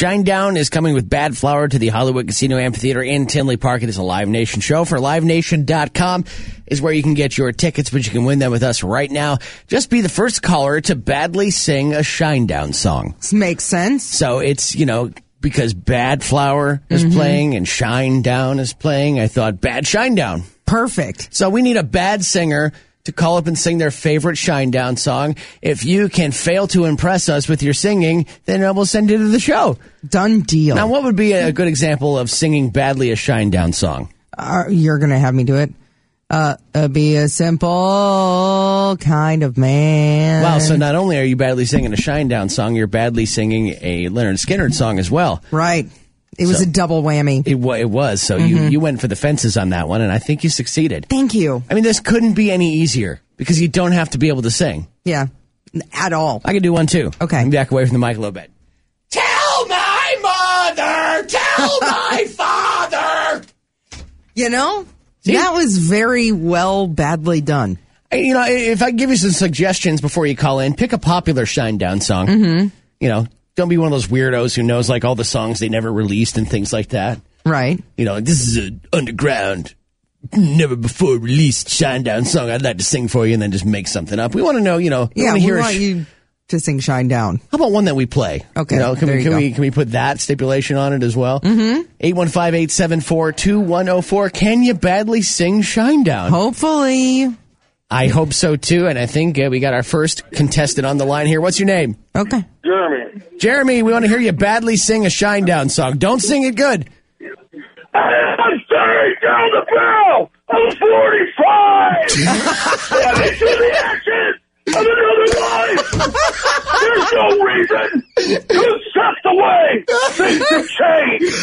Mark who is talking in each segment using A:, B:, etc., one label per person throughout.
A: Shinedown is coming with Bad Flower to the Hollywood Casino Amphitheater in Tinley Park. It is a Live Nation show for livenation.com is where you can get your tickets, but you can win them with us right now. Just be the first caller to badly sing a Shinedown song.
B: Makes sense.
A: So it's, you know, because Bad Flower is playing and Shine Down is playing, I thought Bad Shine Down.
B: Perfect.
A: So we need a bad singer to call up and sing their favorite Shine Down song. If you can fail to impress us with your singing, then uh, we'll send you to the show.
B: Done deal.
A: Now, what would be a good example of singing badly a Shine Down song?
B: Uh, you're gonna have me do it. Uh, uh, be a simple kind of man.
A: Wow, so not only are you badly singing a Shine Down song, you're badly singing a Leonard Skinner song as well.
B: right. It was
A: So-
B: a double whammy.
A: It, wa it was. So you, you went for the fences on that one, and I think you succeeded.
B: Thank you.
A: I mean, this couldn't be any easier because you don't have to be able to sing.
B: Yeah. At all.
A: I can do one too.
B: Okay.
A: I'm back away from the mic a little bit. Tell my mother, tell my father.
B: You know, that was very well, badly done.
A: Hey, You know, i- if I give you some suggestions before you call in, pick a popular Shine Down song. Mm-hmm. You know, don't be one of those weirdos who knows like all the songs they never released and things like that.
B: Right.
A: You know, this is an underground, never before released Shine Down song. I'd like to sing for you and then just make something up. We want to know, you know, we
B: Yeah.
A: want to
B: We
A: hear a
B: want
A: sh-
B: you to sing "Shine Down."
A: How about one that we play?
B: Okay,
A: You know, can,
B: there
A: we,
B: you
A: can,
B: go.
A: we, can we put that stipulation on it as well? Mm-hmm. 815-874-2104. Can you badly sing Shinedown?
B: Hopefully.
A: I hope so, too. And I think uh, we got our first contestant on the line here. What's your name?
B: Okay.
C: Jeremy.
A: Jeremy, we want to hear you badly sing a Shinedown song. Don't sing it good.
C: I'm sorry, down the barrel. I'm 45. I'm into the action of another life. There's no reason to accept the way things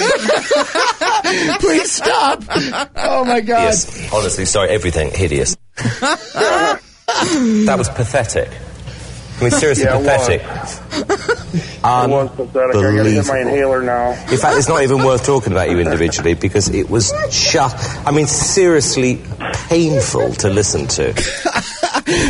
C: have changed.
A: Please stop. Oh, my God.
D: hideous. Honestly, sorry, everything hideous. that was pathetic. I mean, seriously,
C: Yeah, it was.
D: pathetic. Um,
C: I was pathetic. I gotta get
D: Unbelievable.
C: my inhaler now.
D: In fact, it's not even worth talking about you individually because it was just, I mean, seriously painful to listen to.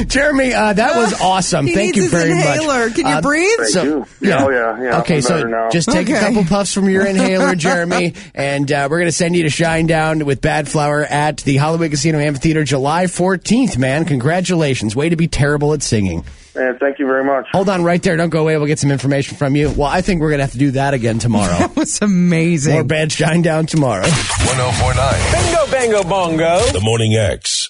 A: Jeremy, uh, that was awesome.
B: He
A: Thank
B: needs
A: you
B: his
A: very
B: inhaler.
A: much. Uh,
B: Can you breathe? Thank
A: So,
C: you. Oh, yeah, yeah,
A: Okay,
C: I'm
A: so
C: better now.
A: just take a
B: Okay.
A: couple puffs from your inhaler, Jeremy, and uh, we're going to send you to Shine Down with Bad Flower at the Hollywood Casino Amphitheater July 14th, man. Congratulations. Way to be terrible at singing.
C: And thank you very much.
A: Hold on right there. Don't go away. We'll get some information from you. Well, I think we're going to have to do that again tomorrow.
B: That was amazing.
A: More Bad Shine Down tomorrow.
E: 1049.
D: Bingo, bango, bongo.
E: The Morning X.